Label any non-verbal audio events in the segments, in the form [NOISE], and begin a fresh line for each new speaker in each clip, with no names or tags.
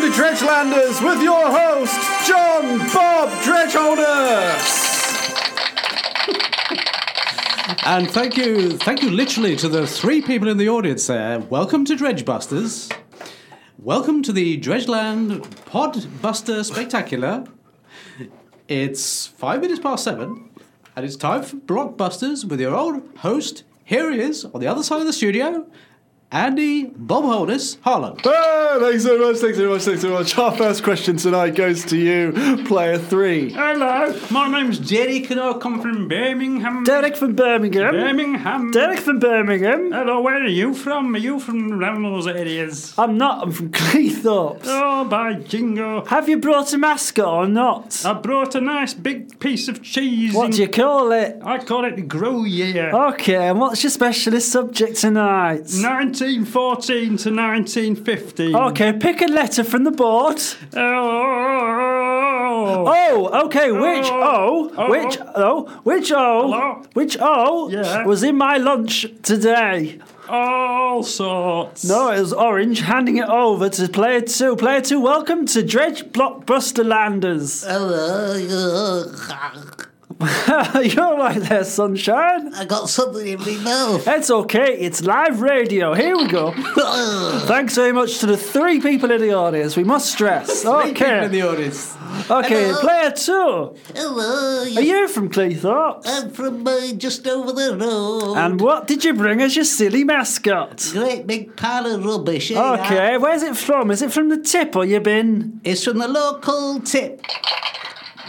Dredgelanders with your host, John Bob Dredgeholder.
And thank you, thank you literally to the three people in the audience there. Welcome to Dredgebusters. Welcome to the Dredgeland Podbuster Spectacular. It's five minutes past seven, and it's time for Blockbusters with your old host. Here he is on the other side of the studio, Andy Bob Holders Harlan.
Ah, thanks so much, thanks so much, thanks so much. Our first question tonight goes to you, player three.
Hello, my name's Derek and I come from Birmingham.
Derek from Birmingham.
Birmingham.
Derek from Birmingham.
Hello, where are you from? Are you from around those areas?
I'm not. I'm from Cleethorpes.
Oh, by jingo.
Have you brought a mascot or not?
I brought a nice big piece of cheese.
What
and
do you call it?
I call it Gruyere.
Okay, and what's your specialist subject tonight?
1914 to 1915.
Okay, pick a letter from the board.
Oh.
Oh, okay, which
Oh.
O,
Oh.
which O, which O,
Hello?
which O
Yeah.
was in my lunch today?
All sorts.
No, it was Orange handing it over to Player 2. Player 2, welcome to Dredge Blockbuster Landers. [LAUGHS]
I
You're all right there, sunshine.
got something in me mouth. [LAUGHS]
It's okay, it's live radio. Here we go. Thanks very much to the three people in the audience. We must stress.
People in
Okay.
the audience.
Okay,
Hello.
player two. Are
Hello,
you from Cleethorpes?
I'm from uh, just over the road.
And what did you bring as your silly mascot?
Great big pile of rubbish. eh?
Okay, where's it from? Is it from the tip or you bin?
It's from the local tip.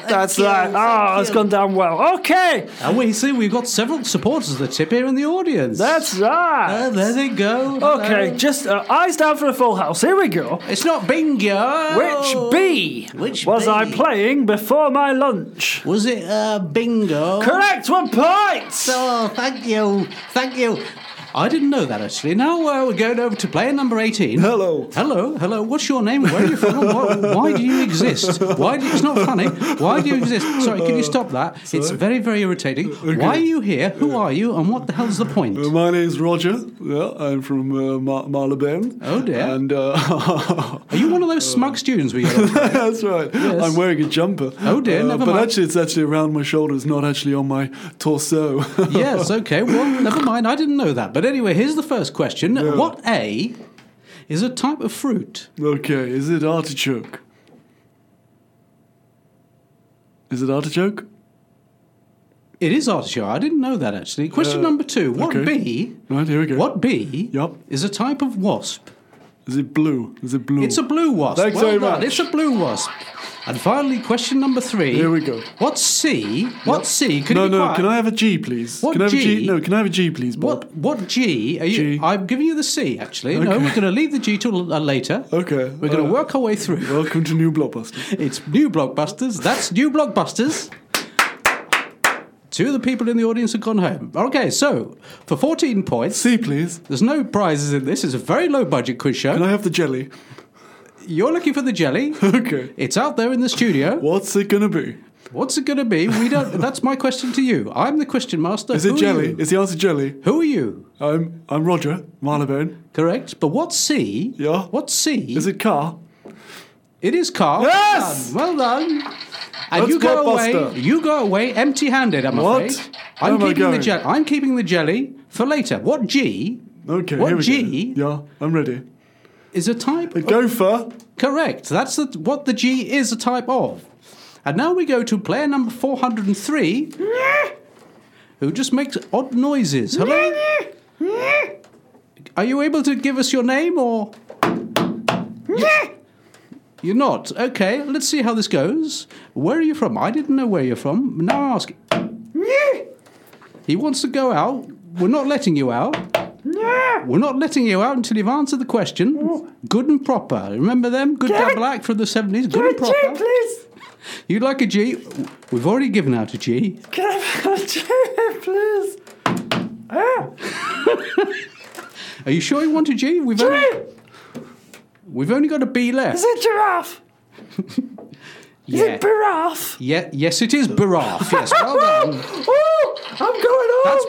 That's
you,
right.
thank
Oh, it's
you.
gone down well. Okay,
And we see we've got several supporters of the tip here in the audience.
that's right.
Oh, there they go.
Okay, just uh, eyes down for a full house. Here we go.
It's not bingo.
Which bee
Which
was I
bee?
playing before my lunch?
Was it uh, bingo?
Correct, one point!
Oh, thank you. Thank you.
I didn't know that actually. Now uh, we're going over to player number 18.
Hello.
Hello, hello. What's your name? Where are you from? Why, why do you exist? Why do, it's not funny. Why do you exist? Sorry,
Uh,
can you stop that? It's very, very irritating. Why are you here? Who are you? And what the hell's the point?
My name's Roger. Yeah, I'm from uh, Mar- Marylebone.
Oh, dear.
And uh, [LAUGHS]
Are you one of those smug students we get?
That's right. I'm wearing a jumper. Uh,
Oh, dear, never
but
mind.
actually, it's actually around my shoulders, not actually on my torso. [LAUGHS]
Yes, okay. Well, never mind. I didn't know that. But anyway, here's the first question. What A is a type of fruit?
okay, is it artichoke? Is it artichoke?
It is artichoke. I didn't know that actually. Question
Uh,
number two. What
okay.
bee?
Right, here we go.
What bee
Yup.
is a type of wasp?
Is it blue? Is it blue?
It's a blue wasp.
Thanks
well
very
done.
much.
It's a blue wasp. And finally, question number three.
Here we go.
What C? What C? Can
no,
you be
no.
quiet?
Can I have a G, please?
What
can I have a
G?
G? No, can I have a G, please, Bob?
What what G are you?
G.
I'm giving you the C. Actually, no,
Okay.
we're going to leave the G till uh, later.
Okay.
We're going to
uh,
work our way through.
Welcome to New Blockbuster.
It's new blockbusters. That's new blockbusters. Two of the people in the audience have gone home. Okay, so for 14 points,
C, please.
there's no prizes in this. It's a very low budget quiz show.
Can I have the jelly? [LAUGHS]
You're looking for the jelly.
Okay.
It's out there in the studio.
What's it gonna be?
What's it going to be? We
[LAUGHS]
don't. That's my question to you. I'm the question master.
Is it
Who are
jelly?
you?
Is the answer jelly?
Who are you?
I'm I'm Roger Marylebone.
Correct. But what C?
Yeah.
What C?
Is it car?
It is Carl.
Yes!
Well done. Well done. And
That's
you go away.
blockbuster.
You go away empty-handed. I'm
What?
afraid.
Where
I'm
am I
keeping the
going?
jelly. I'm keeping the jelly for later. What G
Okay.
What
here we
G?
Go. Yeah, I'm ready.
is a type?
A gopher.
Correct. That's the, what the G is a type of. And now we go to player number 403, who just makes odd noises. Hello? Are you able to give us your name or. You're not. Okay, let's see how this goes. Where are you from? I didn't know where you're from. Now I ask. He wants to go out. We're not letting you out. We're not letting you out until you've answered the question. Good and proper. Remember them? Good double act from the 70s. Good and
G,
proper.
please!
You'd like a G? We've already given out a G.
Can I have a G, please? Ah,
Are you sure you want a G? We've
G!
only, we've only got a B left.
Is it giraffe?
Is
Yeah.
it Baraf?
Yeah, yes, it is Baraf. Yes,
[LAUGHS]
well done.
Oh, I'm going on.
That's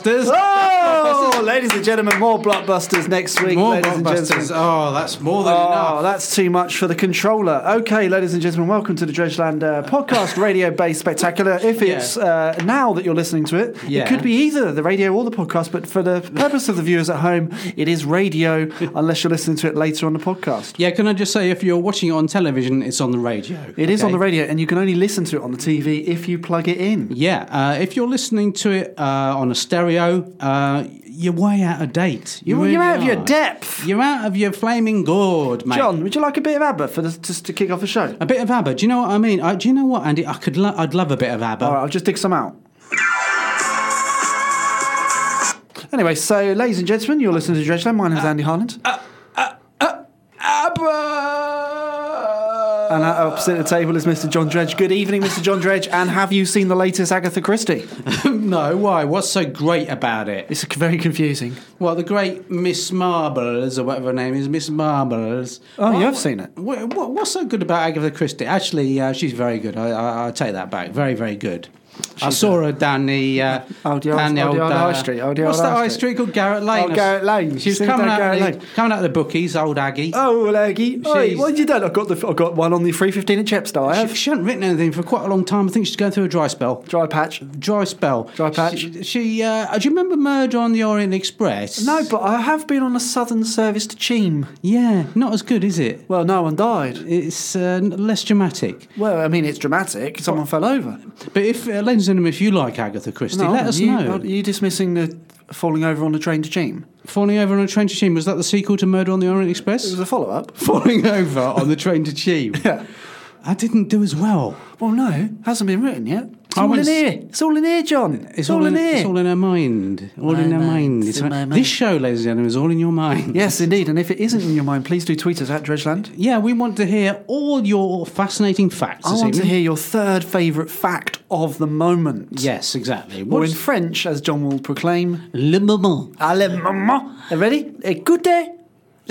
Blockbusters. [LAUGHS]
oh, ladies and gentlemen, more blockbusters next week.
More
ladies and
Blockbusters.
gentlemen.
Oh, that's more than
Oh,
enough.
that's too much for the controller. Okay, ladies and gentlemen, welcome to the Dredgeland uh,
[LAUGHS]
podcast radio based spectacular. If it's uh, now that you're listening to it,
Yeah.
it could be either the radio or the podcast, but for the purpose of the viewers at home, it is
[LAUGHS]
radio unless you're listening to it later on the podcast.
Yeah, can I just say, if you're watching it on television, it's on the radio. It is
It is on the radio, and you can only listen to it on the TV if you plug it in.
Yeah, uh, if you're listening to it uh, on a stereo, uh, you're way out of date. You
You're,
really
you're out of your
are.
depth.
You're out of your flaming gourd, mate.
John, would you like a bit of ABBA for this, just to kick off the show?
A bit of ABBA. Do you know what I mean? I, do you know what, Andy? I could. Lo- I'd love a bit of ABBA.
All right, I'll just dig some out. Anyway, so ladies and gentlemen, you're listening to Dredgeland. My name's Andy Harland.
ABBA.
and at opposite
[SIGHS]
the table is Mr. John Dredge. Good evening, Mr. John Dredge. And have you seen the latest Agatha Christie?
Um, [LAUGHS] no, why? What's so great about it?
It's very confusing.
Well, the great Miss Marbles, or whatever her name is, Miss Marbles.
Oh, you
Wha-
have seen it.
wha- wha- what's so good about Agatha Christie? Actually, uh, she's very good. I, I, I take that back. Very, very good. I saw her down the uh,
Oh, the old-
down the
oh, the
old,
old
uh,
high street, oh, the
what's
old
that
high
high
street.
street called Garrett Lane?
Oh, Garrett Lane.
She was
Seen
coming
down
out,
Garrett
the,
Lane.
coming out of the bookies, old Aggie.
Oh, Leggy. Oi,
She's-
what have you done? I've got, the, I've got one on the 315 inch Epstein. I
She,
have.
she hadn't written anything for quite a long time. I think she's going through a dry spell.
Dry patch.
Dry spell.
Dry patch.
She. she uh, do you remember Murder on the Orient Express?
No, but I have been on a southern service to Cheam.
Yeah, not as good, is it?
Well, no one died.
It's uh, n- less dramatic.
Well, I mean, it's dramatic. Someone fell over.
But if, uh, ladies and gentlemen, if you like Agatha Christie, let us
you,
know.
Are you dismissing the falling over on the train to Cheam?
Falling over on a train to Cheam was that the sequel to Murder on the Orient
It
Express?
was a follow up.
Falling over on the train to Cheam.
[LAUGHS] Yeah.
I didn't do as well.
Well, no, hasn't been written yet. It's
I
all
went
in
s-
here. It's all in here, John. It's, all, in, here.
It's all in her mind. All
My
in her
mind.
mind.
It's
It's
in
all-
my mind.
This show, ladies and gentlemen, is all in your mind.
Yes, indeed. And if it isn't in your mind, please do tweet us at Dredgeland.
Yeah, we want to hear all your fascinating facts.
I
this
want to
evening.
hear your third favourite fact of the moment.
Yes, exactly.
Or in
What's
French, as John will proclaim.
le moment?
Allez, maman. Uh, Ready? Écoutez,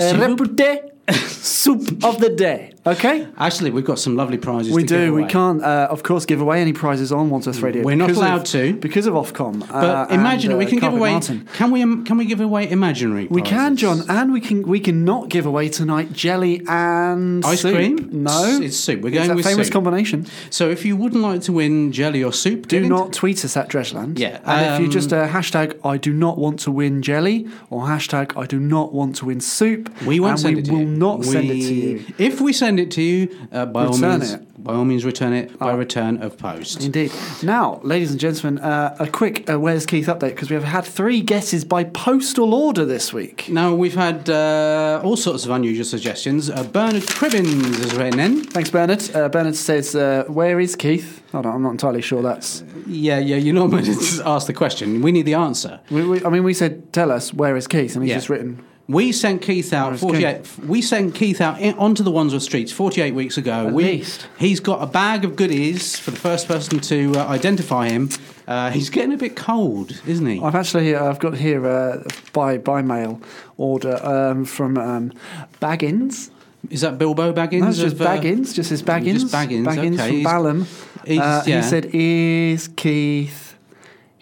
uh,
Soup.
réputez,
[LAUGHS]
soup of the day. Okay?
Actually, we've got some lovely prizes.
We
to give
do. We
away.
can't, uh, of course, give away any prizes on Once Earth Radio.
We're not
because of-
allowed to.
because of Ofcom.
But
uh,
imagine
and,
we
uh,
can give
Carpet
away.
Martin.
Can we? um, Can we give away imaginary?
We can,
prizes?
John, and we can we can not give away tonight jelly and
Ice
soup.
cream?
No,
It's- it's soup. We're
It's
going
a
with
famous
soup.
combination.
So if you wouldn't like to win jelly or soup,
Do
get in-
not tweet us at Dredgeland.
Yeah,
and if you
um,
just uh, hashtag I do not want to win jelly or hashtag I do not want to win soup,
We won't
and
send
we
it to
will
you.
not send it to
We-
you.
If we send it to you, uh, by all
Return
means,
it. Oh.
by all means, return it by return of post.
Indeed. Now, ladies and gentlemen, uh, a quick uh, Where's Keith update because we have had three guesses by postal order this week.
Now we've had uh, all sorts of unusual suggestions. Uh, Bernard Cribbins has written in.
Thanks, Bernard. Uh, Bernard says, uh, Where is Keith? Hold on, I'm not entirely sure that's.
Yeah, yeah. You're not meant to [LAUGHS] just ask the question. We need the answer.
We, we, I mean, we said, Tell us, where is Keith? And he's
Yeah.
just written,
We sent Keith out
is
48. We sent Keith out in, onto the Wandsworth streets 48 weeks ago.
At
we,
least.
He's got a bag of goodies for the first person to uh, identify him. Uh, he's getting a bit cold, isn't he?
I've actually I've got here uh, by by mail order um, from um, Baggins.
Is that Bilbo Baggins?
No, it's just
of, uh,
Baggins. Just his Baggins.
just Baggins, okay.
from
He's-
Balham.
he's-
Uh,
yeah.
He said, "Is Keith?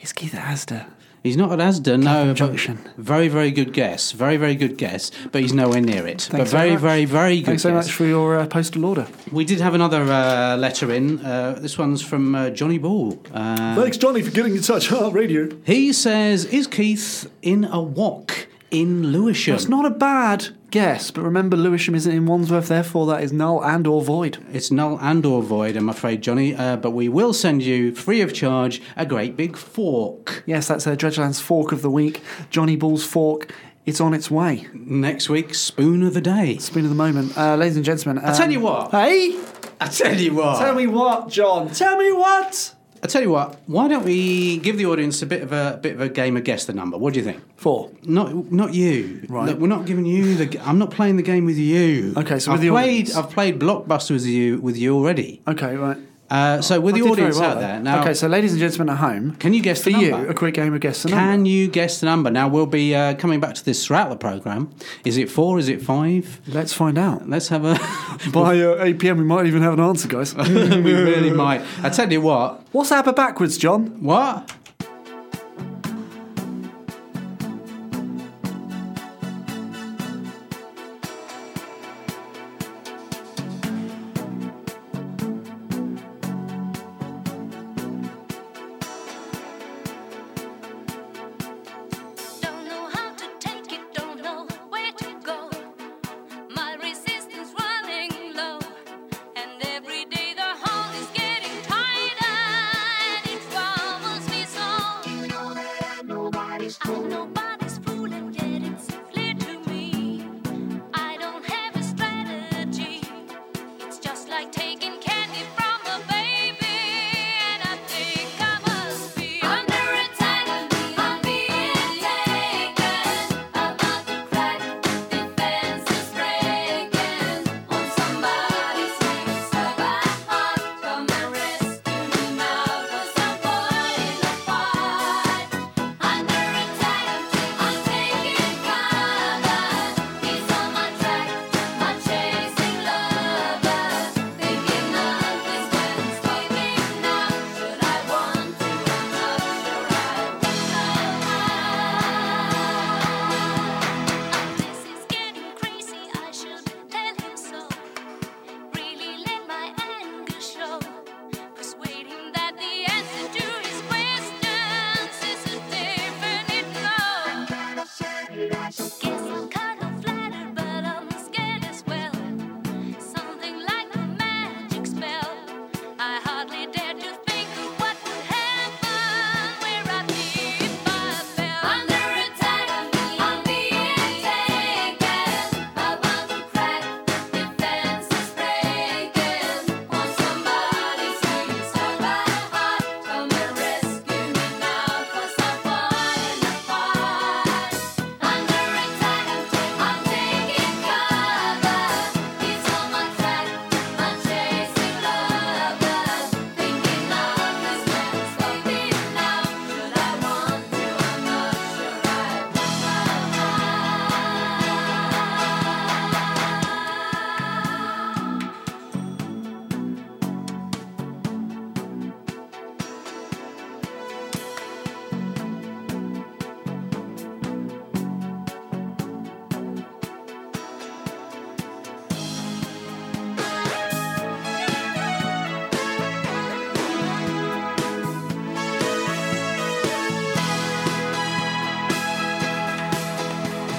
Is Keith at Asda?"
He's not at Asda, no. but
Junction.
Very, very good guess. Very, very good guess, but he's nowhere near it. but
Thanks so
very,
much.
very, very good
Thanks so
guess.
much for your uh, postal order.
We did have another uh, letter in. Uh, this one's from uh, Johnny Ball. Uh,
Thanks, Johnny, for getting in touch. Ah, radio.
he says, Is Keith in a wok in Lewisham?
It's not a bad guess, but remember Lewisham isn't in Wandsworth, therefore that is null and or void.
It's null and or void, I'm afraid, Johnny. Uh, but we will send you, free of charge, a great big fork.
Yes, that's uh, Dredgeland's fork of the week. Johnny Ball's fork. It's on its way.
Next week's spoon of the day.
Spoon of the moment, uh, ladies and gentlemen. I
tell you what.
Hey.
I tell you what.
Tell me what, John. Tell me what.
I tell you what. Why don't we give the audience a bit of a bit of a game of guess the number? What do you think?
Four.
Not not you.
Right.
Look, we're not giving you the. g- I'm not playing the game with you.
Okay, so
I've
with the
played.
audience.
I've played blockbuster with you with you already.
Okay, right.
Uh, so,
Oh,
with
I
the
did very
audience
well
out
there.
there, now,
okay, so ladies and gentlemen at home,
can you guess
for
the
you
number?
a quick game of guess the number?
Can you guess the number? Now we'll be uh, coming back to this throughout the program. Is it four? Is it five?
Let's find out.
Let's have a. [LAUGHS]
By uh, 8 p.m., we might even have an answer, guys.
we really might. I tell you what.
What's ABBA backwards, John?
What?
Don't know how to take it, don't know where to go. My resistance running low, and every day the hold is getting tighter, and it troubles me so. I'm nobody's fool, and yet it's clear to me I don't have a strategy. It's just like taking candy from a baby, and I think I must be under attack. I'm being taken, about to crack, defenses breaking. Won't somebody please survive? Come and rescue me now, 'cause I'm caught in a fight. Under attack, I'm taking cover. He's on my track, I'm chasing lovers. Thinking nothing's worth escaping now. Should I want to? Oh, I'm not sure I will. oh. This is getting crazy. I should tell him so really let my anger show. Cause waiting that the answer to his questions is a definite no. Guess I'm kind of flattered, but I'm scared as well. Something like a magic spell. I hardly dare to think of what would happen where I leave my bell. Under attack, I'm being taken. About to crack, defenses breaking. Won't somebody please survive? Come and rescue me now, 'cause I'm falling apart. Under attack, I'm taking cover. He's on my track, I'm chasing lovers. Thinking nothing's gonna stop me now. Should I want to? I'm not sure I will.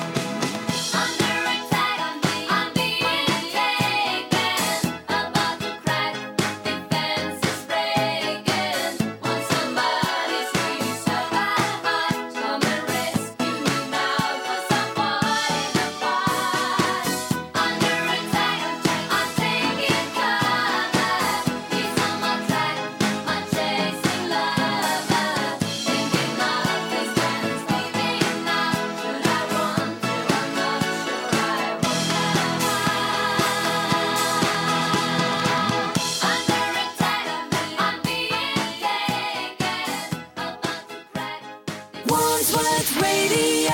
Under attack, I'm being taken. About to crack, defenses breaking. Won't somebody please survive? Come and rescue me now, 'cause I'm falling apart. Under attack, I'm taking cover. He's on my track, I'm chasing lover. Thinking nothing's gonna stop me now. Should I run? I'm not sure I will. Under attack, I'm being taken. About to crack. Wandsworth Radio.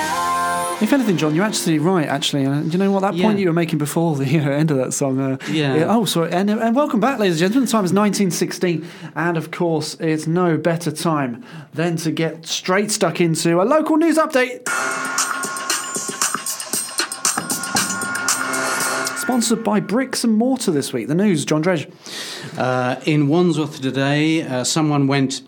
If anything, John, you're actually right, actually. Uh, do you know what? That point
Yeah.
you were making before the [LAUGHS] uh, end of that song. Uh,
Yeah.
Oh, sorry. And, and welcome back, ladies and gentlemen. The time is 1916. And of course, it's no better time than to get straight stuck into a local news update. Sponsored by Bricks and Mortar this week. The news, John Dredge.
Uh, in Wandsworth today, uh, someone went.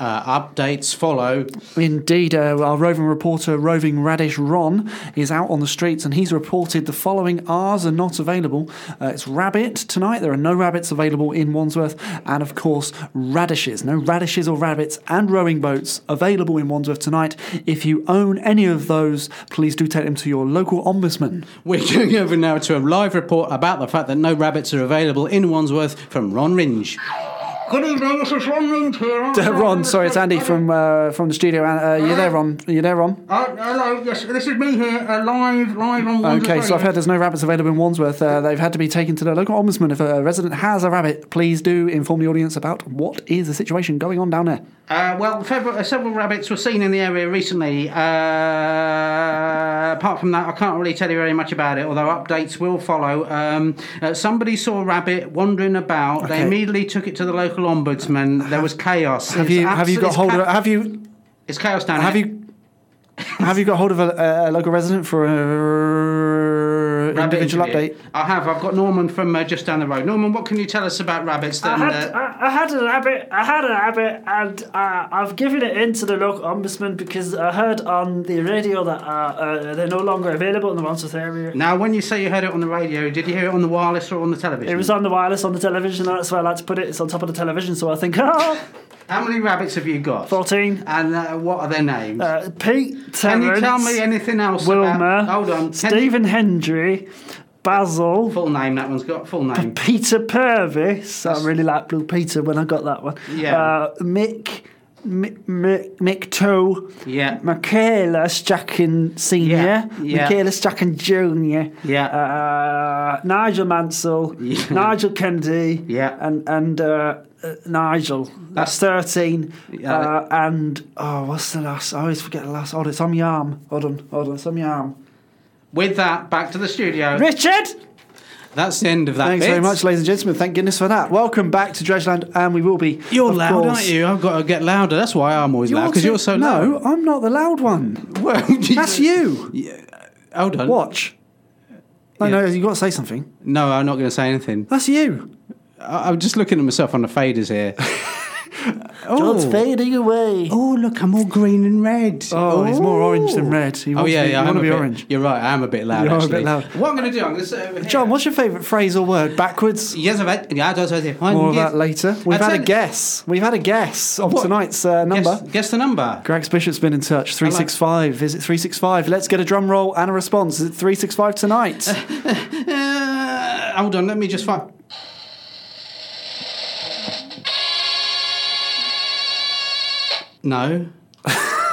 Uh, updates follow.
Indeed, uh, our roving reporter, Roving Radish Ron, is out on the streets and he's reported the following R's are not available. Uh, it's rabbit tonight, there are no rabbits available in Wandsworth, and of course, radishes. No radishes or rabbits and rowing boats available in Wandsworth tonight. If you own any of those, please do take them to your local ombudsman.
We're [LAUGHS] going over now to a live report about the fact that no rabbits are available in Wandsworth from Ron Ringe.
Good evening, this is Ron Means here.
[LAUGHS] Ron, sorry, it's Andy from uh, from the studio. Uh, you there, Ron? You there, Ron?
Uh, hello, yes, this is me here, uh, live, live on
Mm-hmm.
Okay, so I've heard there's no rabbits available in Wandsworth. Uh, they've had to be taken to the local ombudsman. If a resident has a rabbit, please do inform the audience about what is the situation going on down there.
Uh, well, several, uh, several rabbits were seen in the area recently. Uh, apart from that, I can't really tell you very much about it, although updates will follow. Um, uh, somebody saw a rabbit wandering about.
Okay.
They immediately took it to the local ombudsman. There was chaos.
Have you have you got hold of have you
It's chaos down
have
here.
you have you got hold of a, a local resident for a
Rabbit
individual
interview.
update?
I have. I've got Norman from uh, just down the road. Norman, what can you tell us about rabbits? Then,
I had,
uh,
I, I had a rabbit. I had a rabbit, and uh, I've given it in to the local ombudsman because I heard on the radio that uh, uh, they're no longer available in the Wandsworth area.
now, when you say you heard it on the radio, did you hear it on the wireless or on the television?
It was on the wireless on the television. That's where I like to put it. It's on top of the television, so I think, [LAUGHS] oh,
How many rabbits have you got?
14.
And uh, what are their names?
Uh, Pete,
Can
Terence,
you tell me anything else?
Wilmer,
About, hold on. Can you-
Stephen Hendry, Basil,
full name that one's got. Full name.
Peter Purvis. I really like Blue Peter when I got that one.
Yeah.
Uh, Mick, Mick, Mick, Mick Toe.
Yeah.
Michaela Strachan Senior.
Yeah, yeah.
Michaela Strachan Junior.
Yeah.
Uh, Nigel Mansell.
Yeah.
Nigel Kennedy.
Yeah.
And and uh, uh, Nigel. That's thirteen.
Yeah.
Uh, and oh, what's the last? I always forget the last. Hold on, some yarm. Hold on, hold on, some yarm.
With that, back to the studio.
Richard.
That's the end of that
Thanks
bit.
very much, ladies and gentlemen. Thank goodness for that. Welcome back to Dredgeland, and we will be.
You're
of
loud,
course-
aren't you? I've got to get louder. That's why I'm always loud, because
too-
you're so
no,
loud.
I'm not the loud one.
[LAUGHS] Well,
That's you.
Hold on.
Watch. No,
Yeah.
no, you got to say something.
No, I'm not going to say anything.
That's you.
I- I'm just looking at myself on the faders here.
God's fading away.
Oh, look, I'm all green and red.
Oh, he's more orange than red. He
Oh
wants
yeah,
to be,
yeah.
you
I'm
want
a
to be
bit-
orange.
You're right. I am a bit loud.
You are a bit
actually.
loud.
What I'm going to do, I'm going to sit over here.
John, what's your favourite phrase or word? Backwards.
Yes, I've had. Yeah, I don't know.
More of that later. We've had a guess. We've had a guess of
What?
tonight's uh, number.
Guess, guess the number.
Greg's Bishop's been in touch. 365. Is it 365? Let's get a drum roll and a response. Is it 365
[LAUGHS]
tonight?
Uh, hold on, let me just find.
No.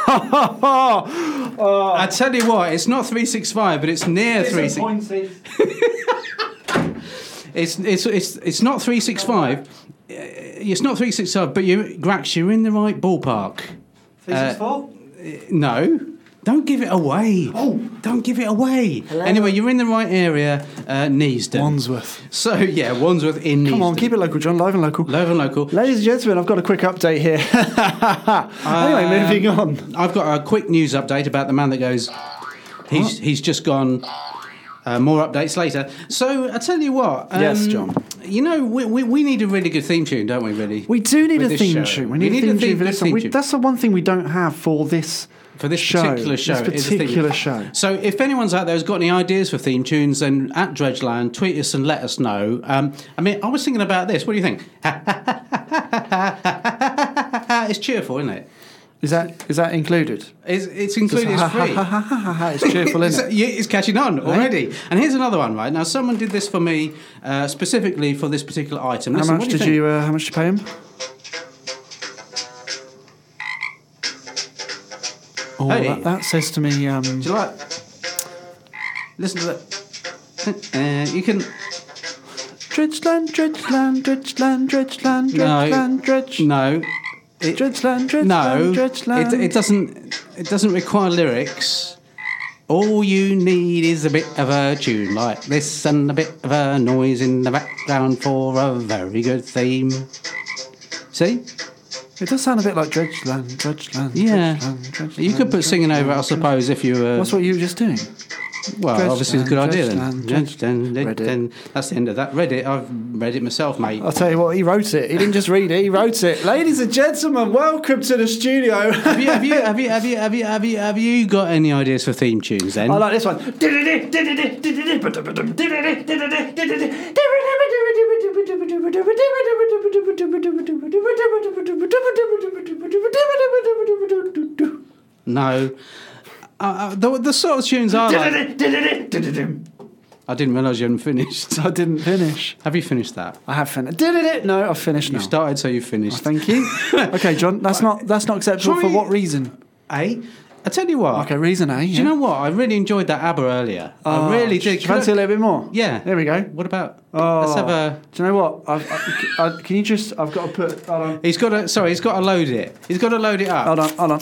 Oh!
I tell you what, it's not 365, but it's near 365. [LAUGHS] It's it's it's it's not 365. Uh, It's not 365, but you, Grax, you're in the right ballpark. Uh,
364?
No. Don't give it away. Oh, don't give it away. Anyway, you're in the right area, uh, Neasden.
Wandsworth.
So yeah, Wandsworth in Neasden.
Come on, keep it local, John. Live and local.
Low and local.
Ladies and gentlemen, I've got a quick update here. [LAUGHS] anyway,
Um,
moving on.
I've got a quick news update about the man that goes. He's he's just gone. Uh, more updates later. So I tell you what. Um,
Yes, John.
You know we, we, we need a really good theme tune, don't we? Really.
We do need
With
a
this
theme
show.
tune. We
We
need,
need
a theme tune
a theme-
for this one.
theme
We,
tune.
that's the one thing we don't have for this
for this
show,
particular show. it
This
is a theme
particular
tune.
show.
So if anyone's out there who's got any ideas for theme tunes, then at Dredgeland, tweet us and let us know. Um, I mean, I was thinking about this. What do you think? [LAUGHS] it's cheerful, isn't it?
Is that is that included?
It's, it's included. It's free.
[LAUGHS] it's cheerful,
It's,
isn't it?
yeah, it's catching on already. And here's another one, right? Now, someone did this for me uh, specifically for this particular item.
How
Listen,
much
what do
did
you
you? Uh, how much did you pay him? Oh,
Hey.
that, that says to me. Um,
think? Do you like? Listen to that. Uh, you can.
Dredgeland, Dredgeland, Dredgeland, Dredgeland,
No.
Dredgeland, Dredge,
No. It,
Dredgeland, Dredgeland,
no.
Dredgeland.
It, it doesn't. It doesn't require lyrics. All you need is a bit of a tune like this and a bit of a noise in the background for a very good theme. See?
It does sound a bit like Dredgeland, Dredgeland.
Yeah.
Dredgeland, Dredgeland,
You could put singing over it, I
Dredgeland.
suppose, if you were.
That's what you were just doing.
Well,
Dredge
obviously, it's a good
Dan,
idea
Dredge
then.
Dan,
Dredge Dan,
Dredge-
Dredge Dan. That's the end of that. Read it. I've read it myself,
[LAUGHS]
mate.
I'll tell you what, he wrote it. He didn't just read it, he wrote it. Ladies and gentlemen, welcome to the studio. [LAUGHS]
Have you, have you, have you, have you, have you, have you, have you got any ideas for theme tunes then?
I like this one.
No. Uh, uh, the, the sort of tunes I like. I didn't realise you hadn't finished. [LAUGHS]
I didn't finish.
Have you finished that?
I have finished. Did it? it? No, I've finished now.
You started, so you finished.
Thank you. okay, John, that's not that's not acceptable. For
Try-
what reason?
Eh? I tell you what.
Okay, Oh, reason A.
Do you know what? I really enjoyed that ABBA earlier. I really did. Can
Fancy
I-
a little bit more?
Yeah.
There we go.
What about?
Oh.
Let's have a.
Do you know what? I've, I, I, can you just? I've got to put. Hold on.
He's got to. Sorry, he's got to load it. He's got to load it up.
Hold on. Hold on.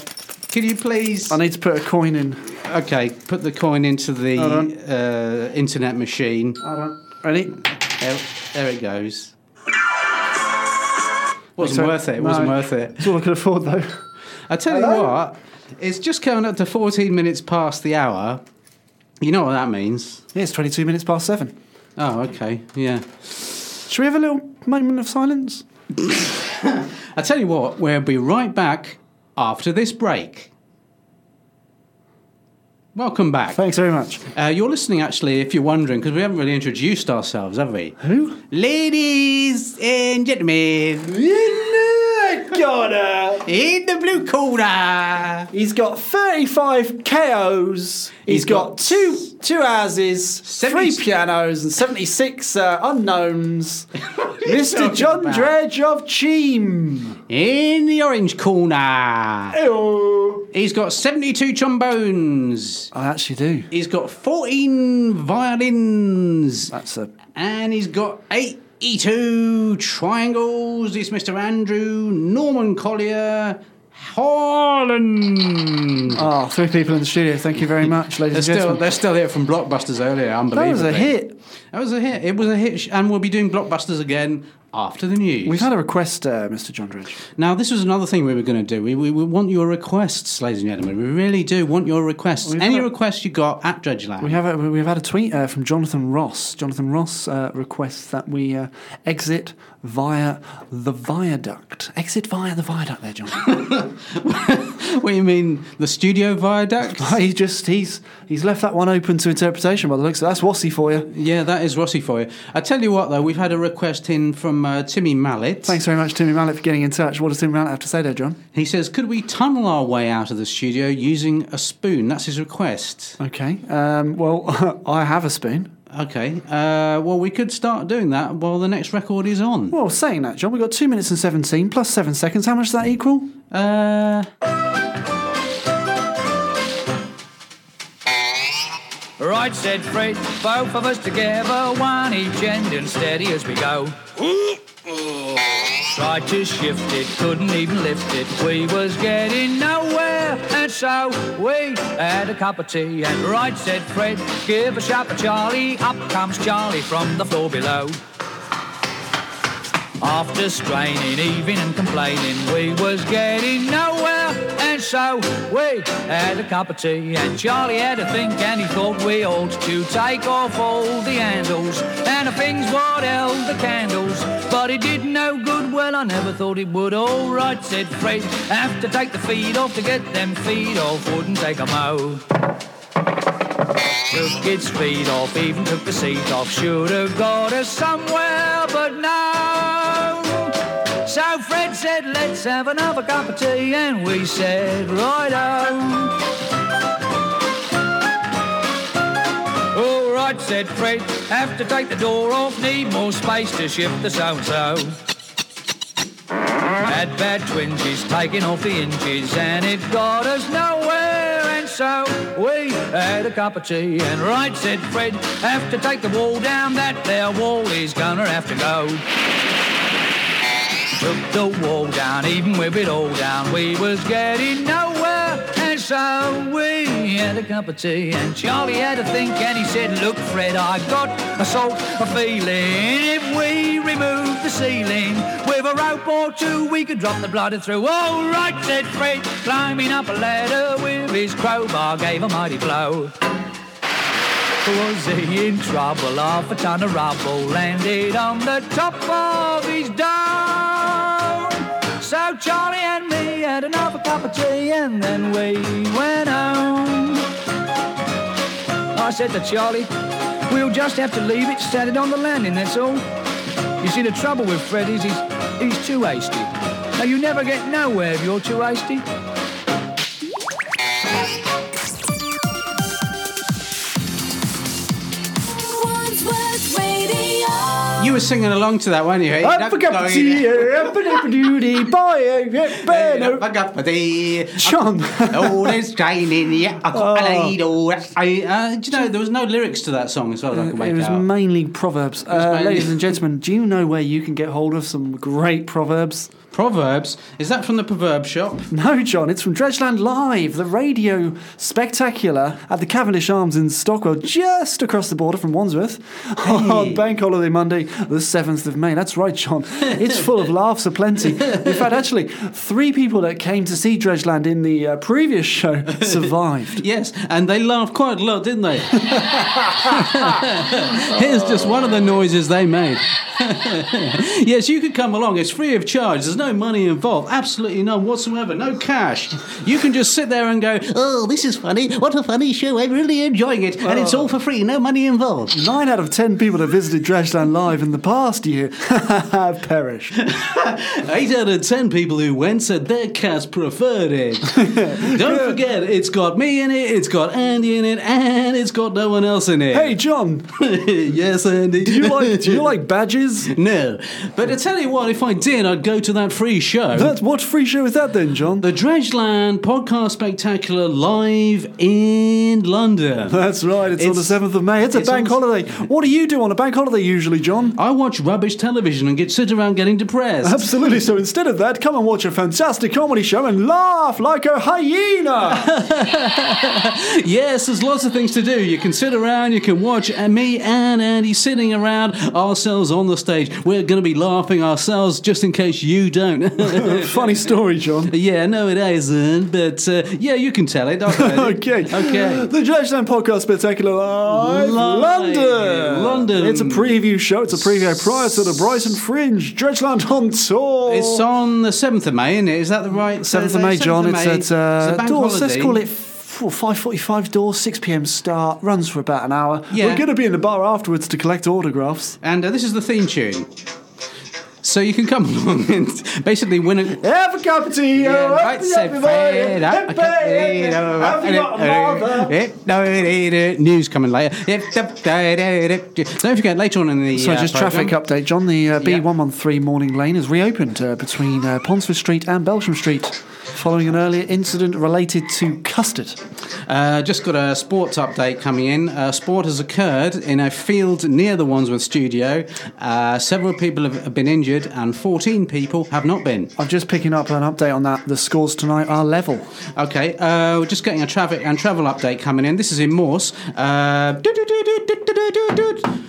Can you please?
I need to put a coin in.
Okay, put the coin into the
Hold on.
uh, internet machine.
Hold on. Ready?
There, there it goes. Wasn't
So-
worth it. It wasn't
no.
worth it.
It's all I could afford though.
I tell you what, it's just coming up to 14 minutes past the hour. You know what that means?
Yeah, it's 22 minutes past seven.
Oh, okay, yeah.
Should we have a little moment of silence?
I tell you what, we'll be right back after this break. Welcome back.
Thanks very much.
Uh, you're listening, actually, if you're wondering, because we haven't really introduced ourselves, have we?
Who?
Ladies and gentlemen,
Gunner.
in the blue corner,
He's got 35 KOs.
He's got
two two houses,
three
pianos, and 76 uh, [LAUGHS] unknowns. Mr.
John about?
Dredge of Cheam.
in the orange corner,
Oh.
I
he's got 72 trombones.
actually do.
He's got 14 violins
That's a
and he's got 82 triangles. It's Mr. Andrew Norman Collier Harlan.
oh, three people in the studio. Thank you very much, ladies
They're
and
still,
gentlemen.
they're still here from Blockbusters earlier,
that
unbelievable.
was a hit.
That was a hit. It was a hit, sh- and we'll be doing Blockbusters again after the news.
We've had a request, uh, Mr. John Dredge.
Now, this was another thing we were going to do. We, we, we want your requests, ladies and gentlemen. We really do want your requests.
We've
Any
got-
requests you got at Dredgeland.
We have a, we've had a tweet uh, from Jonathan Ross. Jonathan Ross uh, requests that we uh, exit via the viaduct. Exit via the viaduct, there, John.
what do you mean? The studio
[LAUGHS]
viaduct?
he just he's he's left that one open to interpretation. By the looks, of it. that's Wassy for you.
Yeah, that is Rossi for you. I tell you what, though, we've had a request in from uh, Timmy Mallet.
Thanks very much, Timmy Mallet, for getting in touch. What does Timmy Mallet have to say there, John?
He says, "Could we tunnel our way out of the studio using a spoon?" That's his request.
Okay. Um, well, [LAUGHS] I have a spoon.
Okay. Uh, well, we could start doing that while the next record is on.
Well, saying that, John, we've got two minutes and seventeen plus seven seconds. How much does that equal?
Uh,
Right, said Fred, both of us together, one each end and steady as we go. Tried to shift it, couldn't even lift it. We was getting nowhere, and so we had a cup of tea. And right, said Fred, give a shout for Charlie. Up comes Charlie from the floor below. After straining, even and complaining, we was getting nowhere. And so we had a cup of tea, and Charlie had a think, and he thought we ought to take off all the handles and the things what held the candles. But it did no good. Well, I never thought it would. All right, said Fred. Have to take the feet off to get them feet off. Wouldn't take 'em out. Took its feet off, even took the seat off. Should have got us somewhere, but no. So Fred said, let's have another cup of tea, and we said, right on. All right, said Fred, have to take the door off, need more space to shift the so-and-so. Had bad twinges, taking off the inches, and it got us nowhere. And so we had a cup of tea, and right said Fred, have to take the wall down. That there wall is gonna have to go. Took the wall down, even with it all down, we was getting nowhere. And so we had a cup of tea, and Charlie had a think, and he said, Look, Fred, I got a sort of feeling if we remove the ceiling with a rope or two, we could drop the bladder through. All right, said Fred, climbing up a ladder with his crowbar, gave a mighty blow. Was he in trouble? Half a ton of rubble landed on the top of his dome. So Charlie and me had another cup of tea and then we went home. I said to Charlie, we'll just have to leave it standing on the landing, that's all. You see, the trouble with Fred is he's, he's too hasty. Now, you never get nowhere if you're too
[LAUGHS]
hasty.
One
you were singing along to that, weren't you? Ain't
Up
that
a cup of
going-
tea, up a cup of duty, boy, a
Ain't
banner.
that cup of tea.
Sean.
oh, there's shining, yeah. I got
Oh.
a needle. I, uh, do you know, there was no lyrics to that song as well as I can
It
make
was [LAUGHS]
out.
mainly proverbs. Uh,
mainly-
Ladies and gentlemen, do you know where you can get hold of some great proverbs?
Proverbs. Is that from the proverb shop?
No, John, it's from Dredgeland Live, the radio spectacular at the Cavendish Arms in Stockwell, just across the border from Wandsworth, [LAUGHS] on Bank Holiday Monday, the 7th of May. That's right, John. It's full of laughs aplenty. In fact, actually, three people that came to see Dredgeland in the uh, previous show survived.
Yes, and they laughed quite a lot, didn't they? [LAUGHS] Here's just one of the noises they made. [LAUGHS] yes, you could come along. It's free of charge. There's no money involved. Absolutely none whatsoever. No cash. You can just sit there and go, oh, this is funny. What a funny show. I'm really enjoying it. And it's all for free. No money involved.
Nine out of ten people that visited Dredgeland Live in the past year [LAUGHS] have perished.
Eight out of ten people who went said their cats preferred it. [LAUGHS] Don't forget, it's got me in it, it's got Andy in it, and it's got no one else in it.
Hey, John,
[LAUGHS] yes, Andy.
do you like,
[LAUGHS]
do you like badges?
No, but I tell you what, if I did, I'd go to that free show.
That's, what free show is that then, John?
the Dredgeland Podcast Spectacular live in London.
That's right. It's, on the
It's-
seventh of May. It's a
it's
bank
on-
holiday. What do you do on a bank holiday usually, John?
I watch rubbish television and get sit around getting depressed.
Absolutely. So instead of that, come and watch a fantastic comedy show and laugh like a hyena.
yes, there's lots of things to do. You can sit around, you can watch uh, me and Andy sitting around ourselves on the stage. We're going to be laughing ourselves just in case you don't.
[LAUGHS] [LAUGHS]
[LAUGHS]
Funny story, John.
yeah, no, it isn't, but uh, yeah, you can tell it. I've heard it.
[LAUGHS] Okay.
Okay.
The Judgeland Podcast Spectacular Live,
Live,
London.
London.
It's a preview show. It's a preview prior to the Brighton Fringe. Dredgeland on tour.
It's on the 7th of May, isn't it? Is that the right?
Mm, Seventh of
Thursday?
May,
7th
John. It's
May.
at uh,
It's a bank
doors. Let's
holiday.
call it. Five forty-five doors, six p.m. start. Runs for about an hour.
Yeah.
We're going to be in the bar afterwards to collect autographs.
And uh, this is the theme tune. So you can come [LAUGHS] along and basically win a.
Have a cup of tea.
Yeah,
oh,
right,
happy,
said
happy
Fred,
morning.
I
Happy,
can't believe it.
Have you got a mother?
Eh, no, it ain't it. News coming later. Eh, da- da- da- da- da. Don't forget later on in the.
So,
uh,
just
programme-
traffic update, John. The uh,
Yeah.
B113 Morning Lane is reopened uh, between uh, Ponsford Street and Belsham Street following an earlier incident related to custard.
Uh, just got a sports update coming in. Uh, sport has occurred in a field near the Wandsworth studio. Uh, several people have have been injured, and 14 people have not been.
I'm just picking up an update on that. The scores tonight are level.
Okay, uh, we're just getting a traffic and travel update coming in. This is in Morse. Uh, doot, doot, doot, doot, doot, doot, doot, [LAUGHS] doot.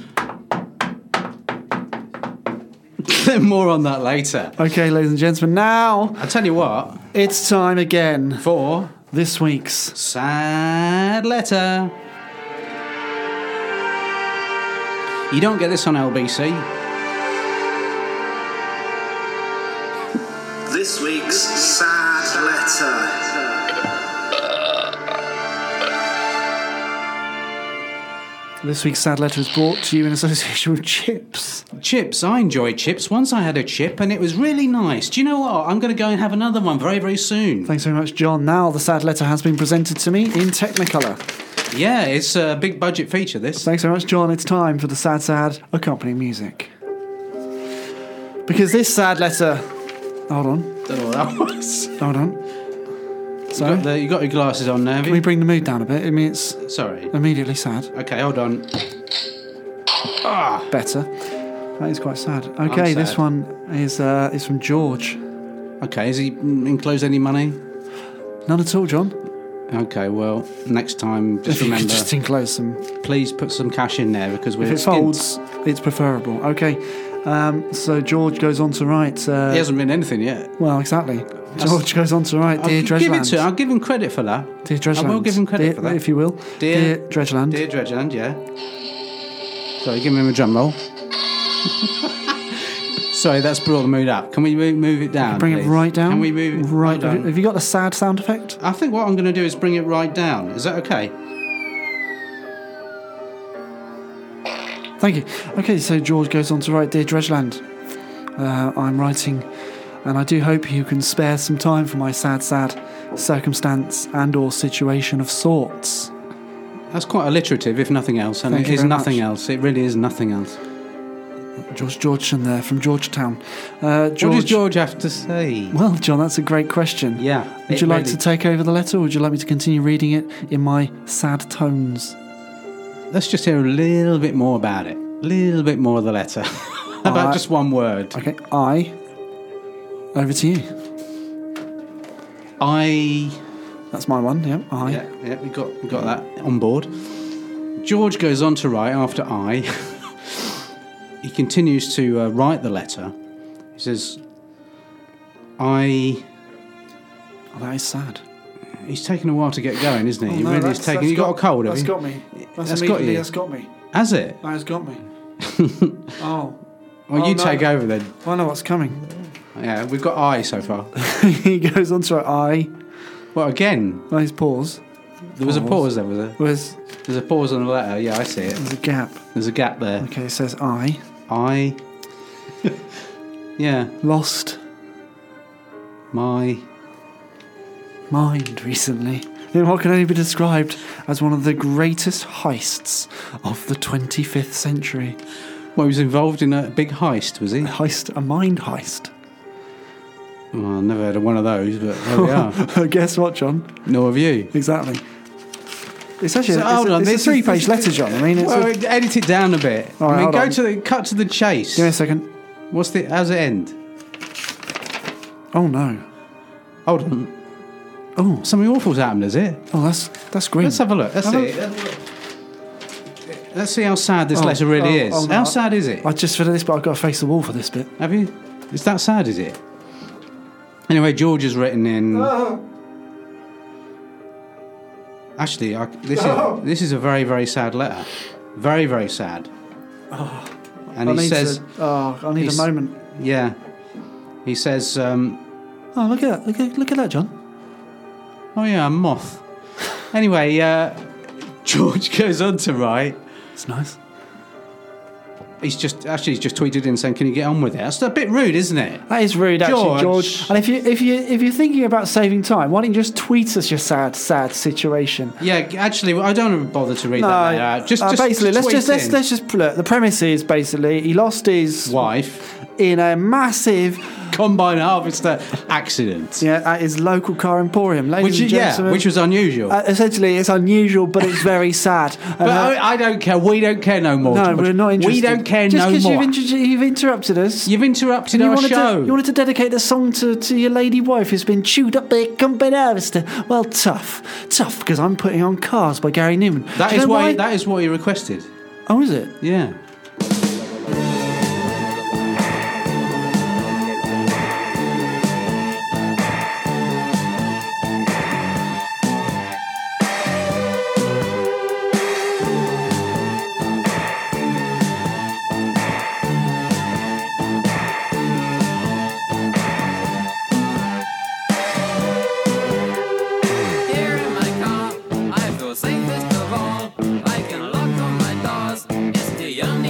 More on that later.
Okay, ladies and gentlemen, now
I tell you what,
it's time again
for
this week's
sad letter. You don't get this on LBC.
This week's sad letter.
This week's sad letter is brought to you in association with chips.
Chips, I enjoy chips. Once I had a chip and it was really nice. Do you know what? I'm going to go and have another one very, very soon.
Thanks very much, John. Now the sad letter has been presented to me in Technicolor.
Yeah, it's a big budget feature, this.
Thanks very much, John. It's time for the sad, sad accompanying music. Because this sad letter. Hold on,
don't know what that was.
hold on. So,
Got
can
the- you got your glasses on now. have
we
you?
bring the mood down a bit? I mean, it's
Sorry.
immediately sad.
Okay, hold on.
Better. That is quite sad. Okay, this
sad.
one is uh, is from George.
Okay, has he mm, enclosed any money?
None at all, John.
Okay, well, next time,
If
just
you
remember,
could just enclose some
please put some cash in there because we're
If it
skint.
folds, it's preferable. Okay. Um, so George goes on to write. Uh,
He hasn't written anything yet.
Well, exactly. George goes on to write,
I'll
dear
give it
Dredgeland.
to. I'll give him credit for that.
Dear Dredgeland.
I will give him credit
dear-
for that.
If you will.
Dear-
Dredgeland.
Dear Dredgeland, yeah. Sorry, give him a drum roll. [LAUGHS] Sorry, that's brought the mood up. Can we move, move it down?
Bring
please?
it right down.
Can we move it
right?
hold on.
Have you got the sad sound effect?
I think what I'm going to do is bring it right down. Is that okay?
Thank you. Okay, so George goes on to write, dear Dredgeland. Uh, I'm writing, and I do hope you can spare some time for my sad, sad circumstance and/or situation of sorts.
That's quite alliterative, if nothing else, and
Thank
it
you
is
very
nothing
much.
else. It really is nothing else.
George Georgeson there from Georgetown. Uh, George,
What does George have to say?
Well, John, that's a great question.
Yeah,
Would
it
you like
really-
to take over the letter, or would you like me to continue reading it in my sad tones?
Let's just hear a little bit more about it. A little bit more of the letter. [LAUGHS] about
Alright.
just one word.
Okay, I. Over to you.
I.
That's my one. Yeah, I.
Yeah, yeah, we got we got that on board. George goes on to write after I. [LAUGHS] he continues to uh, write the letter. He says, "I."
Oh, that is sad.
He's taken a while to get going, isn't he? he really is taken. You got, a cold, have
Oh, That's
you?
got me. That's,
That's got
immediately-
you.
That's got me.
Has it?
That has [LAUGHS] got me. oh,
Well,
Oh,
you
no.
take over then.
I know what's coming. [LAUGHS]
Yeah, we've got I so far.
he goes on to I.
Well, again,
Nice pause.
there was a pause
Pause.
there, was there?
Where's
There's a pause on the letter. Yeah, I see it.
there's a gap?
There's a gap there.
Okay, it says I [LAUGHS]
I. yeah,
lost
my.
mind recently in what can only be described as one of the greatest heists of the 25th century.
Well, he was involved in a big heist, was he?
Heist, a mind heist.
Well, I've never heard of one of those, but there
[LAUGHS]
we are.
Guess what, John?
Nor have you.
Exactly. It's actually
So,
it's,
hold
a,
on,
it's a
this is-
three-page
this-
letter, John. I mean, it's
Well,
a,
edit it down a bit.
All right,
I mean,
hold
go
on.
to the cut to the chase.
give me a second.
What's the? How's it end?
Oh no!
Hold on.
Oh,
Something awful's happened, is it?
oh, that's that's green.
Let's have a look. Let's
Have a
see. Let's see how sad this
Oh,
letter really
oh,
is.
oh, no,
how
I-
sad is it?
I just for this, but I've got to face the wall for this bit.
Have you? It's that sad, is it? Anyway, George has written in. Actually, I, this is this is a very very sad letter. Very very sad. and
Oh, I
he
need
says,
to, oh, I need a
he's-
moment.
yeah. He says, um,
Oh, look at that! Look at look at that, John.
oh yeah, a moth. anyway, uh, George [LAUGHS] goes on to write.
It's nice.
He's just actually he's just tweeted in saying, "Can you get on with it?" That's a bit rude, isn't it?
That is rude, actually,
George.
George. And if you if you if you're thinking about saving time, why don't you just tweet us your sad sad situation?
Yeah, actually, I don't want to bother to read that. later out. Just,
uh,
just
basically, let's
tweet
just let's,
in.
let's just look. The premise is basically he lost his
wife [LAUGHS]
in a massive
combine harvester accident,
yeah at his local car emporium, ladies
which
and
yeah,
gentlemen.
which was unusual.
uh, essentially it's unusual, but it's very [LAUGHS] sad. And,
but
uh,
I, I don't care. We don't care no more.
no,
George.
we're not interested.
We don't care
Just
no
because
more.
you've, inter- you've interrupted us.
You've interrupted
you
our
wanted,
show.
To, you wanted to dedicate the song to, to your lady wife who's been chewed up by a company harvester. Well, tough. Tough, because I'm putting on Cars by Gary Newman.
That
Do you
is
know
why.
why.
That is what he requested.
oh, is it?
Yeah.
Here in my car, I feel safe as of all. I can lock all my doors. It's the young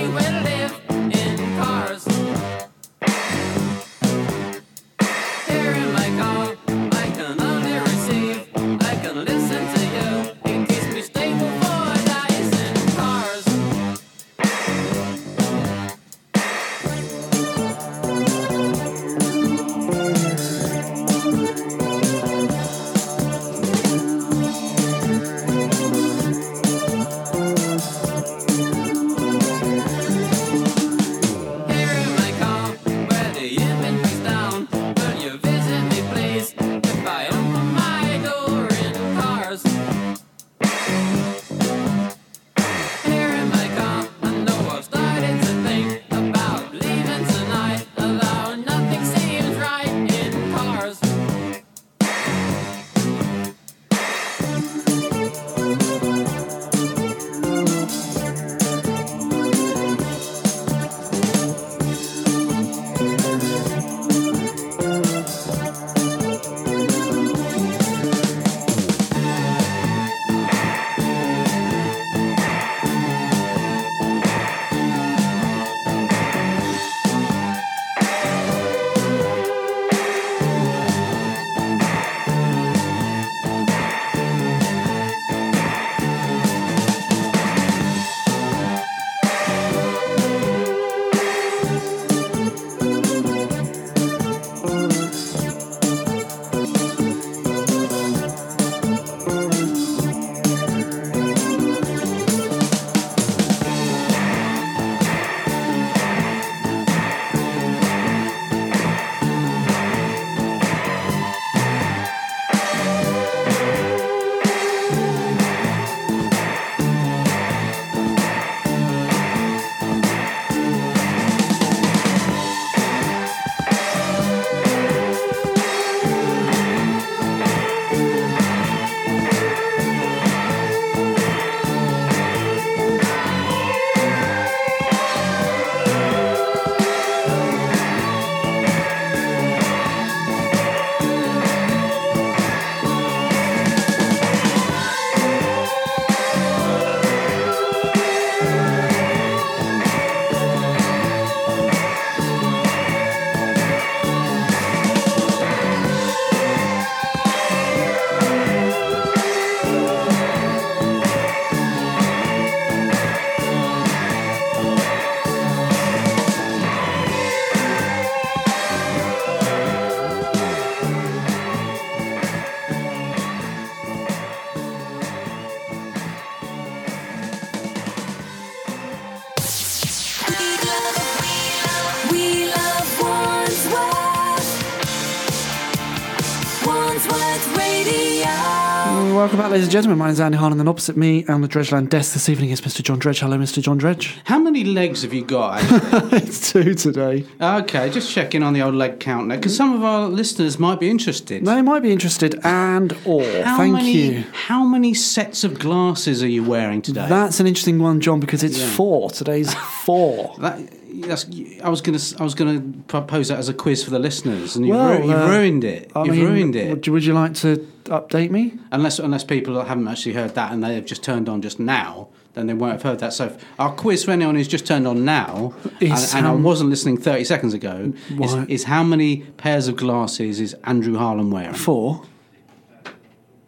welcome back, ladies and gentlemen. My name is Andy Harlan, and opposite me on the Dredgeland desk this evening is Mr. John Dredge. Hello, Mr. John
[LAUGHS]
Dredge.
How many legs have you got? actually? [LAUGHS]
it's two today.
okay, just checking on the old leg count now, because some of our listeners might be interested.
They might be interested and or.
How
Thank
many,
you.
How many sets of glasses are you wearing today?
That's an interesting one, John, because it's four.
[LAUGHS]
Today's four.
That- that's, I was gonna. I was gonna propose that as a quiz for the listeners, and you,
Well,
ru- you
uh,
ruined it.
I
You've
mean,
ruined it.
Would you, would you like to update me?
Unless unless people haven't actually heard that and they have just turned on just now, then they won't have heard that. So our quiz for anyone who's just turned on now, and,
Is
and I
how-
wasn't listening thirty seconds ago, is,
Why?
is how many pairs of glasses is Andrew Harlan wearing?
Four.